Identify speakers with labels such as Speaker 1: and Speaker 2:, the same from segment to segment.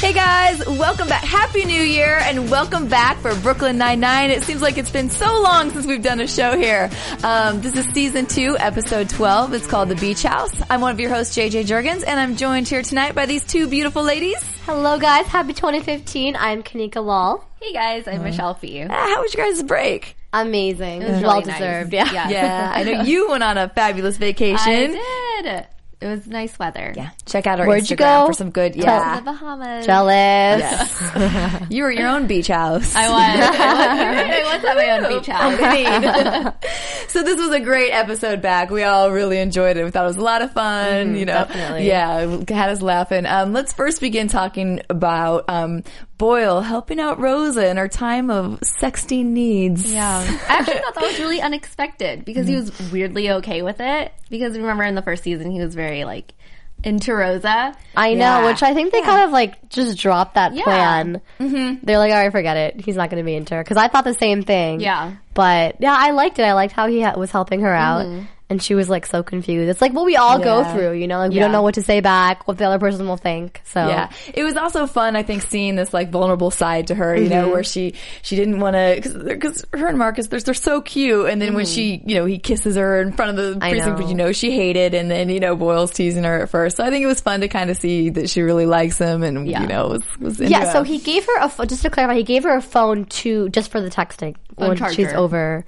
Speaker 1: Hey guys, welcome back. Happy New Year and welcome back for Brooklyn Nine-Nine. It seems like it's been so long since we've done a show here. Um, this is season two, episode 12. It's called The Beach House. I'm one of your hosts, JJ Jurgens, and I'm joined here tonight by these two beautiful ladies.
Speaker 2: Hello, guys. Happy 2015. I'm Kanika Lal.
Speaker 3: Hey guys, I'm Michelle Fee.
Speaker 1: Ah, how was your guys' break?
Speaker 2: Amazing.
Speaker 3: was
Speaker 2: well
Speaker 3: really nice.
Speaker 2: deserved. Yeah.
Speaker 3: Yeah.
Speaker 1: Yeah, I know you went on a fabulous vacation.
Speaker 3: I did. It was nice weather.
Speaker 1: Yeah, check out our
Speaker 2: Where'd you
Speaker 1: Instagram
Speaker 2: go?
Speaker 1: for some good.
Speaker 3: To
Speaker 1: Yeah,
Speaker 3: The Bahamas.
Speaker 2: Jealous.
Speaker 1: you were at your own beach house.
Speaker 3: I was. I was at my own beach house.
Speaker 1: so this was a great episode back. We all really enjoyed it. We thought it was a lot of fun. you know,
Speaker 2: definitely.
Speaker 1: yeah, it had us laughing. Um, let's first begin talking about um, Boyle helping out Rosa in her time of sexting needs.
Speaker 3: Yeah. Um, I actually thought that was really unexpected because he was weirdly okay with it. Because remember in the first season, he was very like into Rosa.
Speaker 2: I know,
Speaker 1: Yeah.
Speaker 2: which I think they kind of like just dropped that
Speaker 3: Yeah.
Speaker 2: plan. Mm-hmm. They're like, all right, forget it. He's not going to be into her. Because I thought the same thing.
Speaker 3: Yeah.
Speaker 2: But yeah, I liked it. I liked how he ha- was helping her out. And she was like so confused. It's like what we all
Speaker 1: Yeah.
Speaker 2: go through, you know? Like we
Speaker 3: Yeah.
Speaker 2: don't know what to say back, what the other person will think. So
Speaker 1: Yeah, it was also fun. I think seeing this like vulnerable side to her, you
Speaker 2: Mm-hmm.
Speaker 1: know, where she she didn't want to because her and Marcus they're they're so cute, and then when she you know he kisses her in front of the
Speaker 2: Mm-hmm. I
Speaker 1: precinct,
Speaker 2: know.
Speaker 1: but you know she hated, and then you know Boyle's teasing her at first. So I think it was fun to kind of see that she really likes him, and you know was was into
Speaker 2: Yeah, so
Speaker 1: him.
Speaker 2: he gave her a pho- just to clarify, he gave her a phone to just for the texting when she's
Speaker 3: charger.
Speaker 2: over.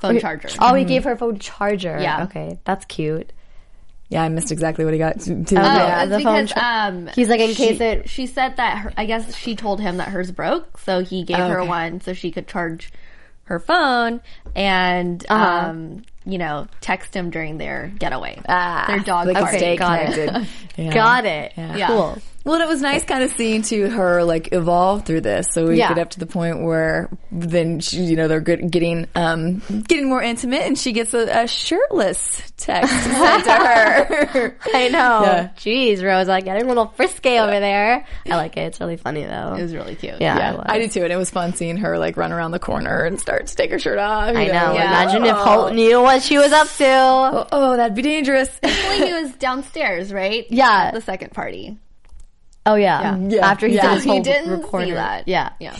Speaker 3: Phone
Speaker 2: Okay.
Speaker 3: charger.
Speaker 2: Oh, he gave her a phone charger.
Speaker 3: Yeah.
Speaker 2: Okay, that's cute.
Speaker 1: yeah I missed exactly what he got to. to
Speaker 3: Oh,
Speaker 2: yeah,
Speaker 3: it's
Speaker 2: the phone
Speaker 3: because
Speaker 2: char-
Speaker 3: um,
Speaker 2: He's like, in
Speaker 3: she,
Speaker 2: case it-
Speaker 3: She said that her, I guess she told him that hers broke, so he gave
Speaker 2: Oh,
Speaker 3: her
Speaker 1: okay.
Speaker 3: one so she could charge her phone and
Speaker 2: Uh-huh.
Speaker 3: um, you know text him during their getaway,
Speaker 2: Ah,
Speaker 3: their dog
Speaker 1: like
Speaker 3: party.
Speaker 1: stay
Speaker 2: got it.
Speaker 1: connected. Yeah.
Speaker 2: Got it.
Speaker 3: Yeah.
Speaker 2: Cool.
Speaker 1: Well, and it was nice kind of seeing to her like evolve through this. So we
Speaker 2: Yeah.
Speaker 1: get up to the point where then she, you know they're good, getting um getting more intimate, and she gets a, a shirtless text sent to her.
Speaker 2: I know.
Speaker 1: Yeah.
Speaker 2: Jeez, Rosa, getting a little frisky over there. I like it. It's really funny though.
Speaker 3: It was really cute.
Speaker 2: yeah, it
Speaker 1: Yeah,
Speaker 2: was.
Speaker 1: I did too, and it was fun seeing her like run around the corner and start to take her shirt off. you
Speaker 2: I know.
Speaker 1: like,
Speaker 3: Yeah.
Speaker 2: Imagine if Holt knew what she was up to.
Speaker 1: oh, oh, that'd be dangerous.
Speaker 3: Apparently he was downstairs, right?
Speaker 2: Yeah.
Speaker 3: At the second party.
Speaker 2: Oh yeah.
Speaker 1: Yeah.
Speaker 2: After he
Speaker 1: Yeah.
Speaker 2: did his
Speaker 3: He
Speaker 2: whole
Speaker 3: didn't
Speaker 2: recorder.
Speaker 3: see that.
Speaker 2: Yeah.
Speaker 3: Yeah.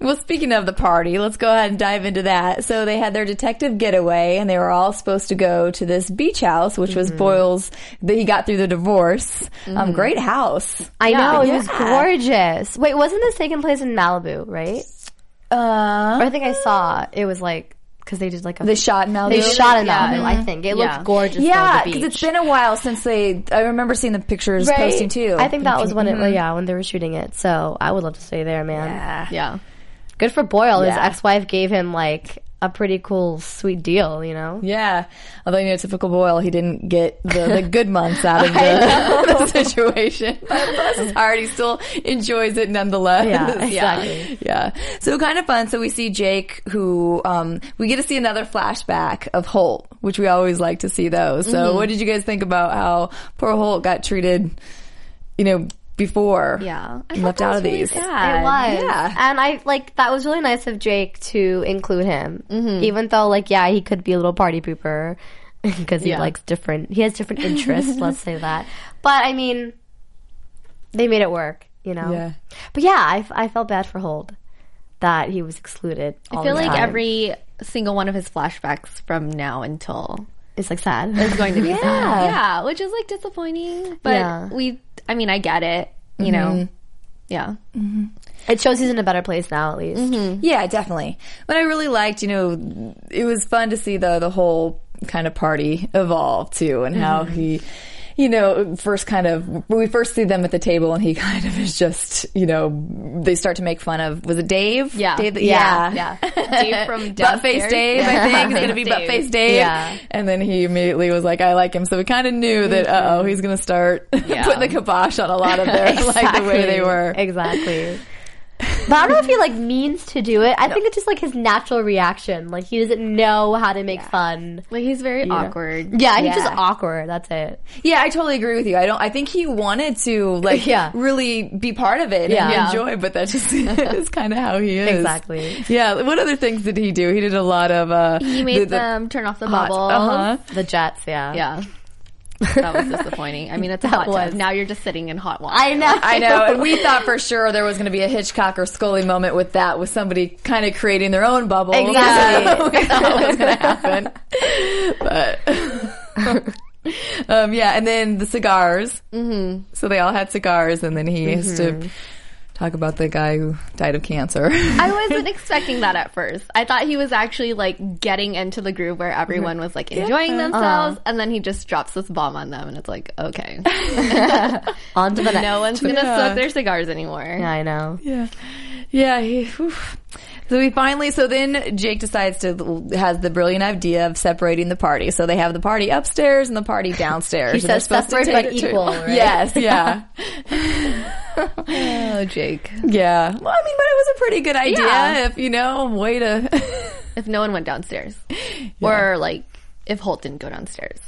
Speaker 1: Well, speaking of the party, let's go ahead and dive into that. So they had their detective getaway, and they were all supposed to go to this beach house, which
Speaker 2: Mm-hmm.
Speaker 1: was Boyle's that he got through the divorce. Um, great house.
Speaker 2: I know. It was
Speaker 1: Yeah.
Speaker 2: gorgeous. Wait, wasn't this taking place in Malibu? Right?
Speaker 1: Uh,
Speaker 2: Or I think I saw it was like because they did like a
Speaker 1: they shot in Malibu.
Speaker 2: They shot in
Speaker 3: Yeah.
Speaker 2: Malibu, I think. It
Speaker 3: Yeah.
Speaker 2: looked gorgeous.
Speaker 1: yeah,
Speaker 2: though, the
Speaker 1: because it's
Speaker 2: beach.
Speaker 1: been a while since they. I remember seeing the pictures posting too.
Speaker 2: I think that was when it, yeah, when they were shooting it. So I would love to stay there, man.
Speaker 3: Yeah.
Speaker 2: Good for Boyle. His
Speaker 1: Yeah.
Speaker 2: ex-wife gave him like a pretty cool, sweet deal. You know.
Speaker 1: Yeah, although you know, typical Boyle, he didn't get the, the good months out of the, the situation. But bless his heart, he still enjoys it nonetheless.
Speaker 2: Yeah, exactly.
Speaker 1: Yeah. So kind of fun. So we see Jake, who um, we get to see another flashback of Holt, which we always like to see though. So
Speaker 3: Mm-hmm.
Speaker 1: what did you guys think about how poor Holt got treated? You know, before
Speaker 3: Yeah. I
Speaker 1: left
Speaker 3: thought
Speaker 1: out
Speaker 3: that
Speaker 1: of
Speaker 3: was really
Speaker 1: these.
Speaker 3: sad.
Speaker 2: It was,
Speaker 1: yeah.
Speaker 2: and I like that was really nice of Jake to include him,
Speaker 3: Mm-hmm.
Speaker 2: even though like yeah, he could be a little party pooper because he
Speaker 3: Yeah.
Speaker 2: likes different. He has different interests. let's say that. But I mean, they made it work, you know.
Speaker 1: Yeah.
Speaker 2: But yeah, I, I felt bad for Hold that he was excluded. all
Speaker 3: I
Speaker 1: Oh,
Speaker 3: feel
Speaker 2: the
Speaker 3: like
Speaker 2: time.
Speaker 3: every single one of his flashbacks from now until
Speaker 2: it's like sad.
Speaker 3: is going to be sad. Yeah, which is like disappointing, but
Speaker 2: Yeah.
Speaker 3: we I mean, I get it, you know.
Speaker 1: Mm-hmm.
Speaker 3: Yeah.
Speaker 2: It shows he's in a better place now, at least.
Speaker 1: Yeah, definitely. What I really liked, you know,
Speaker 3: Mm-hmm.
Speaker 1: it was fun to see the the whole kind of party evolve too, and how he. you know, first kind of, we first see them at the table and he kind of is just, you know, they start to make fun of, was it Dave?
Speaker 3: Yeah.
Speaker 1: Dave,
Speaker 4: Yeah.
Speaker 1: yeah.
Speaker 3: Yeah. Dave from
Speaker 1: Buttface
Speaker 3: downstairs.
Speaker 1: Dave, I think. It's going to be
Speaker 3: Dave.
Speaker 1: Buttface Dave.
Speaker 4: Yeah.
Speaker 1: And then he immediately was like, I like him. So we kind of knew that,
Speaker 3: Mm-hmm.
Speaker 1: uh oh, he's going to start putting the kibosh on a lot of their, like the way they were.
Speaker 2: Exactly. But I don't know if he like means to do it. I think it's just like his natural reaction. Like he doesn't know how to make fun.
Speaker 3: Like he's very awkward.
Speaker 2: Yeah, he's just awkward. That's it.
Speaker 1: Yeah, I totally agree with you. I don't. I think he wanted to like
Speaker 2: Yeah.
Speaker 1: really be part of it
Speaker 2: Yeah.
Speaker 1: and enjoy, but that's just is kind of how he is.
Speaker 2: Exactly.
Speaker 1: Yeah. What other things did he do? He did a lot of. uh
Speaker 3: He made them turn off the bubble.
Speaker 1: Uh huh.
Speaker 2: The Jets, yeah.
Speaker 3: Yeah. That was disappointing. I mean, it's a hot
Speaker 2: was.
Speaker 3: tub. Now you're just sitting in hot water.
Speaker 2: I know.
Speaker 1: I know, and we thought for sure there was going to be a Hitchcock or Scully moment with that, with somebody kind of creating their own bubble.
Speaker 2: Exactly.
Speaker 1: we thought was going to happen, but um, yeah. And then the cigars. Mm-hmm. So they all had cigars, and then he used to talk about the guy who died of cancer.
Speaker 3: I wasn't expecting that at first. I thought he was actually like getting into the groove where everyone was like enjoying themselves, and then he just drops this bomb on them, and it's like, okay,
Speaker 2: On to the next.
Speaker 3: no one's gonna
Speaker 1: Yeah.
Speaker 3: smoke their cigars anymore.
Speaker 2: Yeah, I know.
Speaker 1: Yeah. Yeah. He, whew. so we finally, so then Jake decides to, has the brilliant idea of separating the party. So they have the party upstairs and the party downstairs.
Speaker 2: He
Speaker 1: And they're
Speaker 2: says
Speaker 1: supposed to
Speaker 2: separate
Speaker 1: take
Speaker 2: but
Speaker 1: it to-
Speaker 2: equal, right?
Speaker 1: Yes. Yeah.
Speaker 3: Oh, Jake.
Speaker 1: yeah. Well, I mean, but it was a pretty good idea
Speaker 3: Yeah.
Speaker 1: if, you know, way to.
Speaker 3: If no one went downstairs, or like if Holt didn't go downstairs,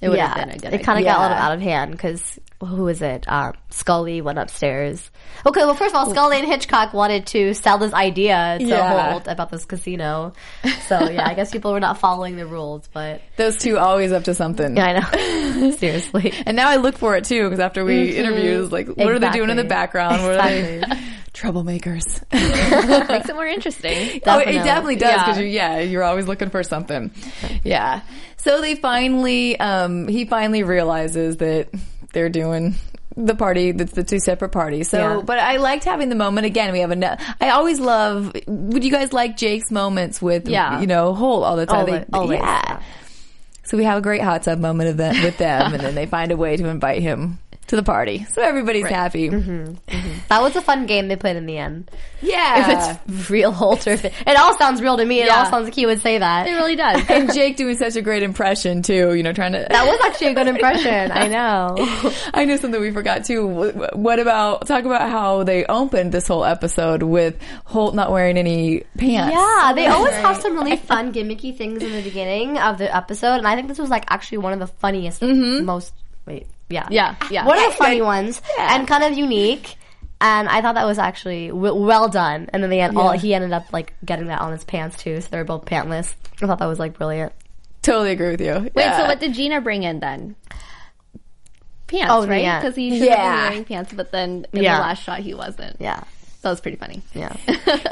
Speaker 3: it would have
Speaker 2: Yeah,
Speaker 3: been a
Speaker 2: it
Speaker 3: good.
Speaker 2: kind of
Speaker 3: idea.
Speaker 2: got a little out of hand because who is it? Um, Scully went upstairs. Okay, well, first of all, Scully and Hitchcock wanted to sell this idea to
Speaker 1: Yeah.
Speaker 2: Holt about this casino. So yeah, I guess people were not following the rules, but
Speaker 1: Those two always up to something.
Speaker 2: yeah, I know. Seriously,
Speaker 1: And now I look for it too, because after we interview, it's like, what are they doing in the
Speaker 2: Mm-hmm. Exactly.
Speaker 1: background? What are
Speaker 2: Exactly.
Speaker 1: they? Troublemakers.
Speaker 3: makes it more interesting.
Speaker 1: Oh, it
Speaker 2: Definitely.
Speaker 1: definitely does because
Speaker 3: Yeah.
Speaker 1: you yeah, you're always looking for something. Yeah. So they finally, um, he finally realizes that they're doing the party that's the two separate parties. So,
Speaker 2: Yeah.
Speaker 1: but I liked having the moment again. We have a, I always love. Would you guys like Jake's moments with
Speaker 3: Yeah.
Speaker 1: you know Holt all the time?
Speaker 2: Always-
Speaker 1: They-
Speaker 2: always,
Speaker 1: yeah.
Speaker 2: yeah.
Speaker 1: So we have a great hot tub moment of that with them, and then they find a way to invite him to the party. So everybody's happy.
Speaker 2: Mm-hmm. that was a fun game they played in the end.
Speaker 1: Yeah.
Speaker 2: If it's real Holt or if it, it all sounds real to me. It all
Speaker 3: Yeah.
Speaker 2: sounds like he would say that.
Speaker 3: It really does.
Speaker 1: and Jake doing such a great impression too, you know, trying to
Speaker 2: That was actually a good impression. I know.
Speaker 1: I know something we forgot too. Wh- What about talk about how they opened this whole episode with Holt not wearing any pants?
Speaker 3: Oh
Speaker 2: Yeah, they always have some really fun gimmicky things in the beginning of the episode, and I think this was like actually one of the funniest, most wait, yeah,
Speaker 3: Mm-hmm. Yeah, yeah.
Speaker 2: one of the funny ones, and kind of unique. And I thought that was actually w- well done. And then they had all he ended up like getting that on his pants too, so they were both pantless. I thought that was like brilliant.
Speaker 1: totally agree with you.
Speaker 3: Wait, so what did Gina bring in then? Pants,
Speaker 2: Oh,
Speaker 3: right?
Speaker 2: yeah.
Speaker 3: Because he should have
Speaker 1: Yeah.
Speaker 3: been wearing pants, but then in
Speaker 2: Yeah.
Speaker 3: the last shot he wasn't.
Speaker 2: Yeah,
Speaker 3: That was pretty funny.
Speaker 2: yeah.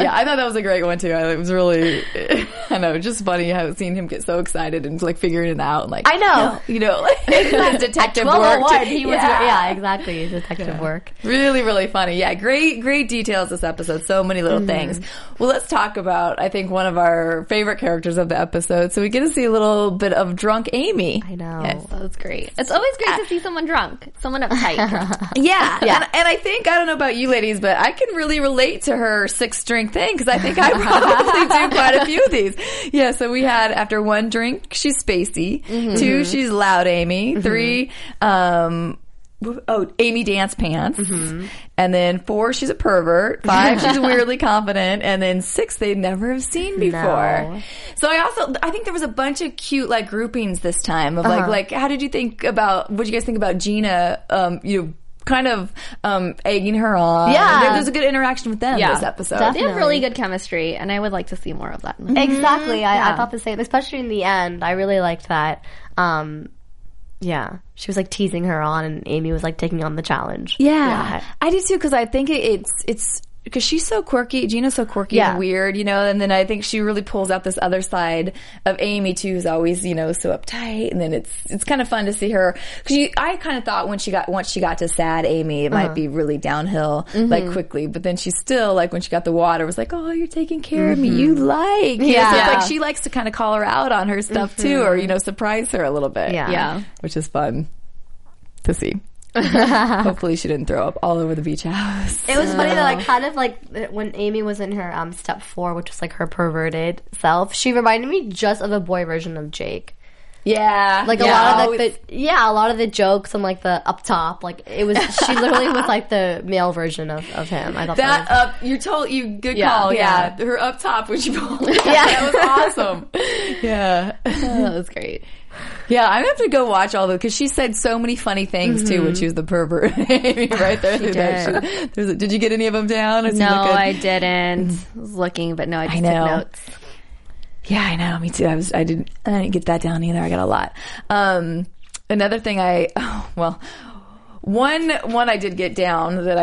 Speaker 1: yeah, I thought that was a great one too. I, it was really, I know, just funny how seeing him get so excited and like figuring it out. And, like
Speaker 2: I know.
Speaker 1: you know, like, his detective work.
Speaker 2: Well, oh he was yeah,
Speaker 1: Yeah.
Speaker 2: exactly detective work.
Speaker 1: Really, really funny. Yeah, great, great details this episode. So many
Speaker 2: Mm-hmm.
Speaker 1: little things. Well, let's talk about, I think, one of our favorite characters of the episode. So we get to see a little bit of drunk Amy.
Speaker 2: I know.
Speaker 3: That was great. It's always great to see someone drunk, someone uptight.
Speaker 1: Yeah.
Speaker 2: Yeah.
Speaker 1: And, and I think, I don't know about you ladies, but I can really relate to her six string thing because I think I probably do quite a few of these. Yeah. So we had after one drink, she's spacey.
Speaker 2: Mm-hmm.
Speaker 1: Two, she's loud Amy. Three, um, w- Oh, Amy Dance Pants.
Speaker 2: Mm-hmm.
Speaker 1: And then four, she's a pervert. Five, she's weirdly confident. And then six, they never have seen before.
Speaker 2: No.
Speaker 1: So I also, I think there was a bunch of cute like groupings this time of like, like, how did you think about, what did you guys think about Gina, um, you know, kind of, um, egging her on?
Speaker 2: Yeah.
Speaker 1: There, there's a good interaction with them
Speaker 3: Yeah.
Speaker 1: this episode.
Speaker 3: they have really good chemistry, and I would like to see more of that.
Speaker 2: Mm-hmm. Exactly. I, I thought the same, especially in the end. I really liked that. Um, yeah. She was like teasing her on, and Amy was like taking on the challenge.
Speaker 1: Yeah. I do too because I think it, it's, it's, because she's so quirky, Gina's so quirky
Speaker 2: Yeah.
Speaker 1: and weird, you know, and then I think she really pulls out this other side of Amy too, who's always, you know, so uptight, and then it's, it's kind of fun to see her, because I kind of thought when she got, once she got to sad Amy, it
Speaker 2: Uh-huh.
Speaker 1: might be really downhill,
Speaker 2: Mm-hmm.
Speaker 1: like quickly, but then she still, like when she got the water, was like, oh, you're taking care of me, you like, yeah.
Speaker 2: Mm-hmm. Yeah. Mm-hmm.
Speaker 1: like she likes to kind of call her out on her stuff too, or, you know, surprise her a little bit.
Speaker 2: Yeah.
Speaker 3: Yeah.
Speaker 1: Which is fun. to see. Hopefully, she didn't throw up all over the beach house.
Speaker 2: It was funny though, like kind of like when Amy was in her um, step four, which was like her perverted self. She reminded me just of a boy version of Jake.
Speaker 1: Yeah,
Speaker 2: Like a lot of
Speaker 1: Oh,
Speaker 3: Oh,
Speaker 2: the, the yeah, a lot of the jokes and like the up top, like it was. She literally was like the male version of, of him. I thought that,
Speaker 1: that up. You told you good
Speaker 3: Yeah.
Speaker 1: call. Yeah. her up top when she pulled. Yeah, that was awesome. Yeah,
Speaker 3: Oh, that was great.
Speaker 1: yeah. I'm gonna have to go watch all the because she said so many funny things too when she was the pervert. right there, through that. Mm-hmm. She- there's a- did you get any of them down? It seemed
Speaker 3: No,
Speaker 1: like a-
Speaker 3: I didn't. I was looking, but no, I just
Speaker 1: know.
Speaker 3: took notes.
Speaker 1: Yeah, I know. Me too. I was. I didn't. I didn't get that down either. I got a lot. Um, another thing. I oh, well, one one I did get down that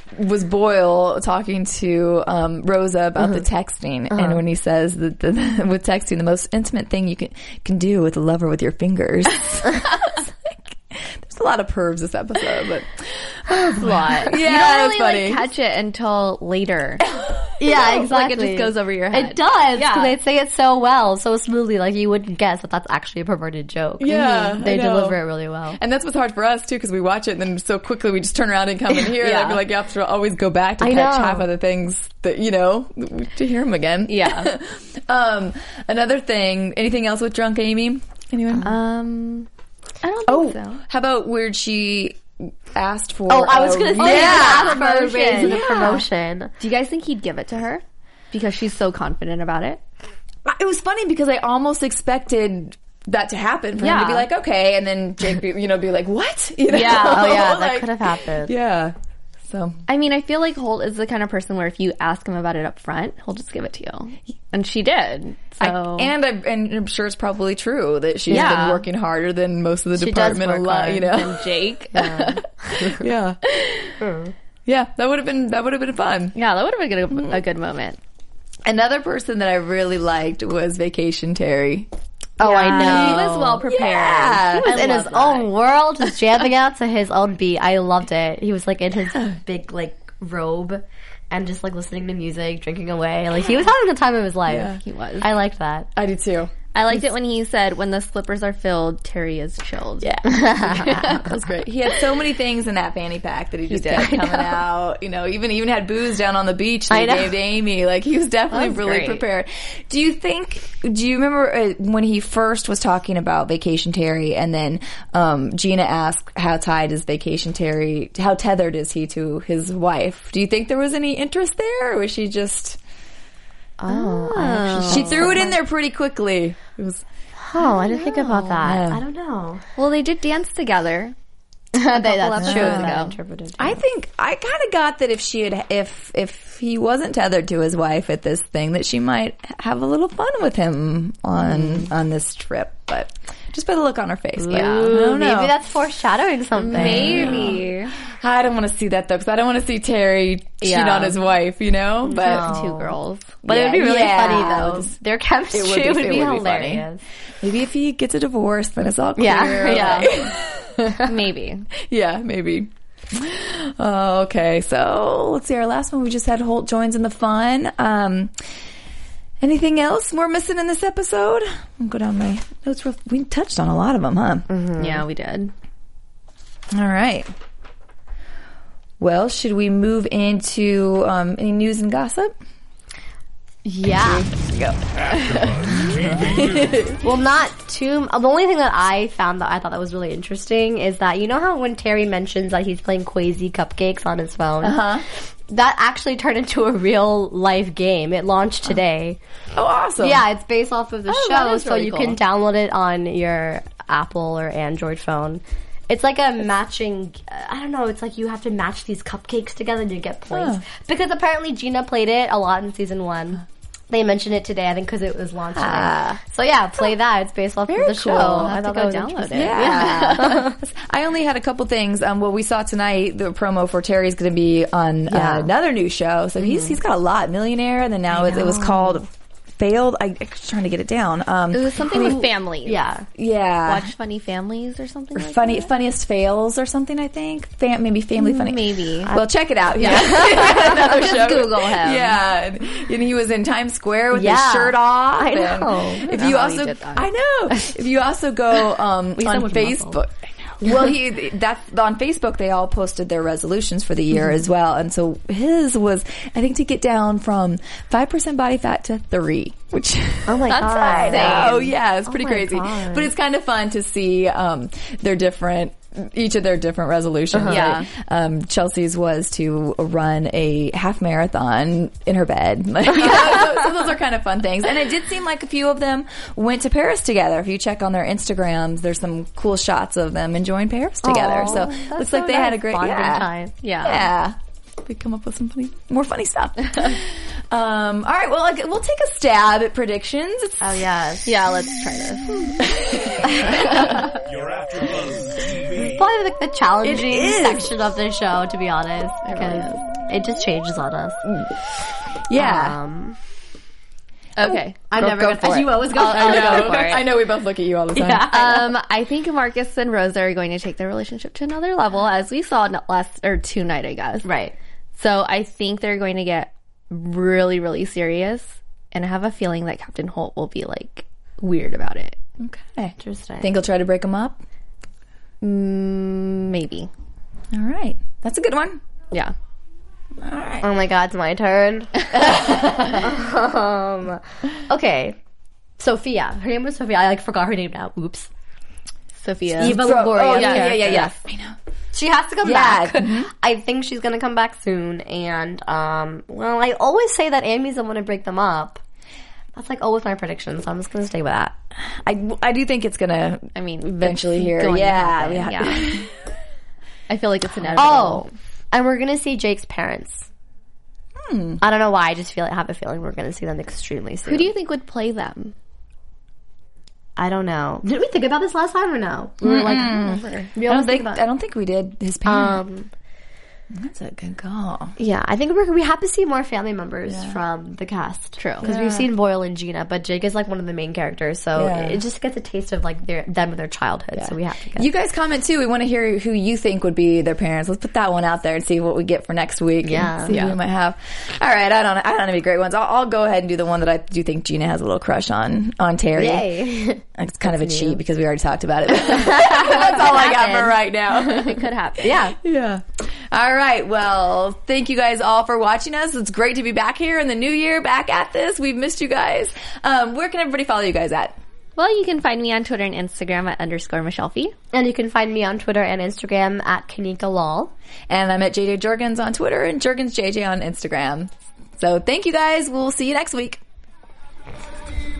Speaker 1: I was Boyle talking to um, Rosa about
Speaker 3: Uh-huh.
Speaker 1: the texting, and when he says that the, with texting the most intimate thing you can can do with a lover with your fingers. It's like, There's a lot of pervs this episode, but
Speaker 3: a lot.
Speaker 1: Yeah,
Speaker 3: you
Speaker 1: that's
Speaker 3: don't really
Speaker 1: funny.
Speaker 3: like catch it until later.
Speaker 2: yeah,
Speaker 3: Like
Speaker 2: exactly.
Speaker 3: it just goes over your head.
Speaker 2: It does because
Speaker 3: Yeah.
Speaker 2: they say it so well, so smoothly. Like you wouldn't guess that that's actually a perverted joke. Mm-hmm.
Speaker 1: Yeah, I
Speaker 2: they
Speaker 1: know.
Speaker 2: deliver it really well.
Speaker 1: and that's what's hard for us too because we watch it and then so quickly we just turn around and come in here and I
Speaker 2: Yeah.
Speaker 1: feel like you have to always go back to
Speaker 2: I
Speaker 1: catch
Speaker 2: know.
Speaker 1: half of the things that you know to hear them again.
Speaker 3: Yeah.
Speaker 1: um, another thing. Anything else with drunk Amy? Anyone?
Speaker 3: Um, I don't think so.
Speaker 1: how about where she asked for?
Speaker 2: Oh, I was
Speaker 1: a-
Speaker 2: gonna say
Speaker 3: yeah.
Speaker 2: yeah, promotion,
Speaker 3: Yeah.
Speaker 2: the promotion.
Speaker 3: Do you guys think he'd give it to her? Because she's so confident about it.
Speaker 1: It was funny because I almost expected. That to happen for him to
Speaker 3: Yeah.
Speaker 1: be like okay, and then Jake, be, you know, be like what? You know?
Speaker 3: Yeah.
Speaker 2: Oh yeah, that
Speaker 1: Like,
Speaker 2: could have happened.
Speaker 1: Yeah. So
Speaker 3: I mean, I feel like Holt is the kind of person where if you ask him about it up front, he'll just give it to you. And she did. So
Speaker 1: I, and, I, and I'm sure it's probably true that she's
Speaker 3: Yeah.
Speaker 1: been working harder than most of the
Speaker 2: She does
Speaker 1: department. A
Speaker 2: work
Speaker 1: lot,
Speaker 2: hard
Speaker 1: you know.
Speaker 3: and Jake.
Speaker 1: yeah, yeah. That would have been that would have been fun.
Speaker 3: yeah, that would have been a good, a good moment.
Speaker 1: Another person that I really liked was Vacation Terry.
Speaker 2: Oh, I
Speaker 3: Yeah, He
Speaker 2: know.
Speaker 3: was well prepared.
Speaker 1: Yeah.
Speaker 3: He
Speaker 2: He was in his
Speaker 3: love that.
Speaker 2: own world, just jamming out to his own beat. I loved it. He was like in his big like robe and just like listening to music, drinking away. Like he was having the time of his life.
Speaker 3: He was.
Speaker 2: I liked that.
Speaker 1: I do too.
Speaker 3: I liked it when he said, "When the slippers are filled, Terry is chilled."
Speaker 1: Yeah, that was great. He had so many things in that fanny pack that he just
Speaker 3: did.
Speaker 1: kept coming out. You know, even even had booze down on the beach that
Speaker 2: I
Speaker 1: he
Speaker 2: know.
Speaker 1: gave to Amy. Like he was definitely
Speaker 3: That was
Speaker 1: really
Speaker 3: great.
Speaker 1: prepared. Do you think? Do you remember uh, when he first was talking about Vacation Terry, and then um, Gina asked how tied is Vacation Terry? How tethered is he to his wife? Do you think there was any interest there, or was she just?
Speaker 2: Oh, I actually-
Speaker 1: She threw it in there pretty quickly. It was
Speaker 2: oh, I didn't think about that.
Speaker 1: Yeah.
Speaker 2: I don't know.
Speaker 3: Well, they did dance together.
Speaker 2: they, that's true.
Speaker 3: episodes ago.
Speaker 2: interpreted.
Speaker 1: I think I kind of got that if she had, if if he wasn't tethered to his wife at this thing, that she might have a little fun with him on on this trip. But just by the look on her face, but I
Speaker 2: Ooh,
Speaker 1: don't know.
Speaker 2: maybe that's foreshadowing something.
Speaker 3: Maybe
Speaker 1: I don't want to see that though, because I don't want to see Terry cheat
Speaker 3: Yeah.
Speaker 1: on his wife. You know, but
Speaker 2: No.
Speaker 3: two girls.
Speaker 2: But it would be really
Speaker 1: Yeah.
Speaker 2: funny though. Their chemistry would be,
Speaker 1: it would be funny.
Speaker 2: hilarious.
Speaker 1: maybe if he gets a divorce, then it's all clear.
Speaker 2: Yeah.
Speaker 3: Yeah. Maybe.
Speaker 1: Yeah, maybe. Uh, okay, so let's see. Our last one we just had Holt joins in the fun. Um, anything else we're missing in this episode? I'll go down my notes. Real, we touched on a lot of them, huh?
Speaker 3: Yeah, we did.
Speaker 1: All right. Well, should we move into um, any news and gossip?
Speaker 2: Yeah. well, not too. The only thing that I found that I thought that was really interesting is that you know how when Terry mentions that he's playing Quasi cupcakes on his phone, uh-huh. that actually turned into a real life game. It launched today.
Speaker 1: Oh, awesome!
Speaker 2: Yeah, Oh, it's based off of the
Speaker 3: that
Speaker 2: show,
Speaker 3: is
Speaker 2: so
Speaker 3: really
Speaker 2: you
Speaker 3: cool.
Speaker 2: can download it on your Apple or Android phone. It's like a matching. uh, I don't know. It's like you have to match these cupcakes together to get points. Because apparently Gina played it a lot in season one. They mentioned it today, I think, because it was launched. today. so yeah, play that. It's based off of the show.
Speaker 1: cool. I'll
Speaker 2: I
Speaker 3: have
Speaker 2: thought
Speaker 3: to go
Speaker 2: that was
Speaker 3: download
Speaker 2: interesting.
Speaker 3: it.
Speaker 2: Yeah.
Speaker 1: I only had a couple things. Um, well, we saw tonight the promo for Terry's going to be on
Speaker 2: Yeah.
Speaker 1: uh, another new show. So he's he's got a lot. Millionaire, and then now it, it was called Failed. I, I was trying to get it down. Um,
Speaker 3: It was something with families.
Speaker 2: yeah.
Speaker 1: yeah.
Speaker 3: Watch Funny Families or something like
Speaker 1: Funny, funniest fails or something. I think Fam- maybe family funny.
Speaker 3: that. Maybe.
Speaker 1: Well, check it out. Yeah, another
Speaker 3: Just
Speaker 1: show.
Speaker 3: Google him.
Speaker 1: Yeah, and, and he was in Times Square with his
Speaker 2: Yeah.
Speaker 1: shirt off.
Speaker 2: I
Speaker 1: and
Speaker 2: know. I
Speaker 1: If
Speaker 3: know
Speaker 1: you
Speaker 3: how he
Speaker 1: also,
Speaker 3: did that.
Speaker 1: I know. If you also go um, on
Speaker 3: someone
Speaker 1: Facebook, I know. well, he that's on Facebook. They all posted their resolutions for the year as well, and so his was I think to get down from five percent body fat to three, which
Speaker 2: Oh my
Speaker 3: That's
Speaker 2: god.
Speaker 3: insane.
Speaker 1: oh yeah, it's pretty
Speaker 2: my
Speaker 1: crazy.
Speaker 2: God.
Speaker 1: But it's kind of fun to see um, their different. Each of their different resolutions.
Speaker 3: Yeah.
Speaker 1: um, Chelsea's was to run a half marathon in her bed. Like, you know, so, so those are kind of fun things. And it did seem like a few of them went to Paris together. If you check on their Instagrams, there's some cool shots of them enjoying Paris together.
Speaker 2: Aw,
Speaker 1: so
Speaker 2: that's
Speaker 1: looks
Speaker 2: so
Speaker 1: like they had a
Speaker 2: nice
Speaker 1: great
Speaker 2: bonding
Speaker 1: yeah.
Speaker 2: time.
Speaker 3: Yeah.
Speaker 1: Yeah. We come up with some funny, more funny stuff. um, all right. Well, like, we'll take a stab at predictions. It's
Speaker 4: Oh yes.
Speaker 3: Yeah, let's try this.
Speaker 5: You're after Buzz TV.
Speaker 2: Probably like the
Speaker 1: It
Speaker 2: challenging
Speaker 1: is.
Speaker 2: section of the show, to be honest, because it just changes on us.
Speaker 1: yeah.
Speaker 2: Um,
Speaker 3: Okay.
Speaker 2: Oh, I'm
Speaker 3: Go-
Speaker 2: never
Speaker 3: go
Speaker 2: gonna.
Speaker 3: for it.
Speaker 2: you always go. Oh,
Speaker 3: I know. Go for it.
Speaker 1: I know we both look at you all the time.
Speaker 3: Um, I think Marcus and Rosa are going to take their relationship to another level, as we saw n- last or tonight, I guess.
Speaker 4: Right.
Speaker 3: So I think they're going to get really, really serious, and I have a feeling that Captain Holt will be like weird about it.
Speaker 1: Okay.
Speaker 2: Interesting.
Speaker 1: Think he'll try to break them up?
Speaker 3: mm, Maybe.
Speaker 1: All right. That's a good one.
Speaker 3: Yeah.
Speaker 1: All right.
Speaker 2: Oh my god, it's my turn. um, okay. Sophia. Her name was Sophia. I like forgot her name now. Oops.
Speaker 3: Sophia.
Speaker 2: Eva
Speaker 1: Fro-
Speaker 2: Longoria.
Speaker 1: oh, yeah, yeah, yeah, yeah.
Speaker 2: I know. She has to come
Speaker 1: Yeah.
Speaker 2: back. I think she's gonna come back soon. And um, well, I always say that Amy's the one to break them up. That's like always my prediction, so I'm just gonna stay with that.
Speaker 1: I, I do think it's going to
Speaker 3: I mean,
Speaker 1: eventually
Speaker 3: it's
Speaker 1: here.
Speaker 3: going to
Speaker 1: Yeah,
Speaker 3: happen.
Speaker 1: yeah.
Speaker 3: yeah. I feel like it's inevitable.
Speaker 2: Oh, and we're gonna see Jake's parents. I don't know why. I just feel I have a feeling we're gonna see them extremely soon.
Speaker 3: Who do you think would play them?
Speaker 2: I don't know. Did we think about this last time or no? We were like, we
Speaker 1: I
Speaker 2: always
Speaker 1: don't
Speaker 2: think
Speaker 1: think
Speaker 2: about.
Speaker 1: I don't think we did his parents.
Speaker 2: Um,
Speaker 1: That's a good call.
Speaker 2: Yeah, I think we're, we have to see more family members from the cast.
Speaker 3: True.
Speaker 2: because we've seen Boyle and Gina, but Jake is like one of the main characters, so
Speaker 1: Yeah.
Speaker 2: it just gets a taste of like their them with their childhood. So we have to get.
Speaker 1: You guys comment too. We want to hear who you think would be their parents. Let's put that one out there and see what we get for next week. and
Speaker 2: Yeah.
Speaker 1: see who we might have. All right, I don't. I don't have any great ones. I'll, I'll go ahead and do the one that I do think Gina has a little crush on on Terry.
Speaker 2: Yay.
Speaker 1: It's kind of a cheat because we already talked about it. That's all I got for right now.
Speaker 3: It could happen.
Speaker 1: Yeah. Yeah. All right. Well, thank you guys all for watching us. It's great to be back here in the new year, back at this. We've missed you guys. Um, where can everybody follow you guys at?
Speaker 3: Well, you can find me on Twitter and Instagram at underscore Michelle Fee.
Speaker 2: and you can find me on Twitter and Instagram at Kanika Lal.
Speaker 1: And I'm at JJ Jorgens on Twitter and Jorgens JJ on Instagram. So thank you guys. We'll see you next week.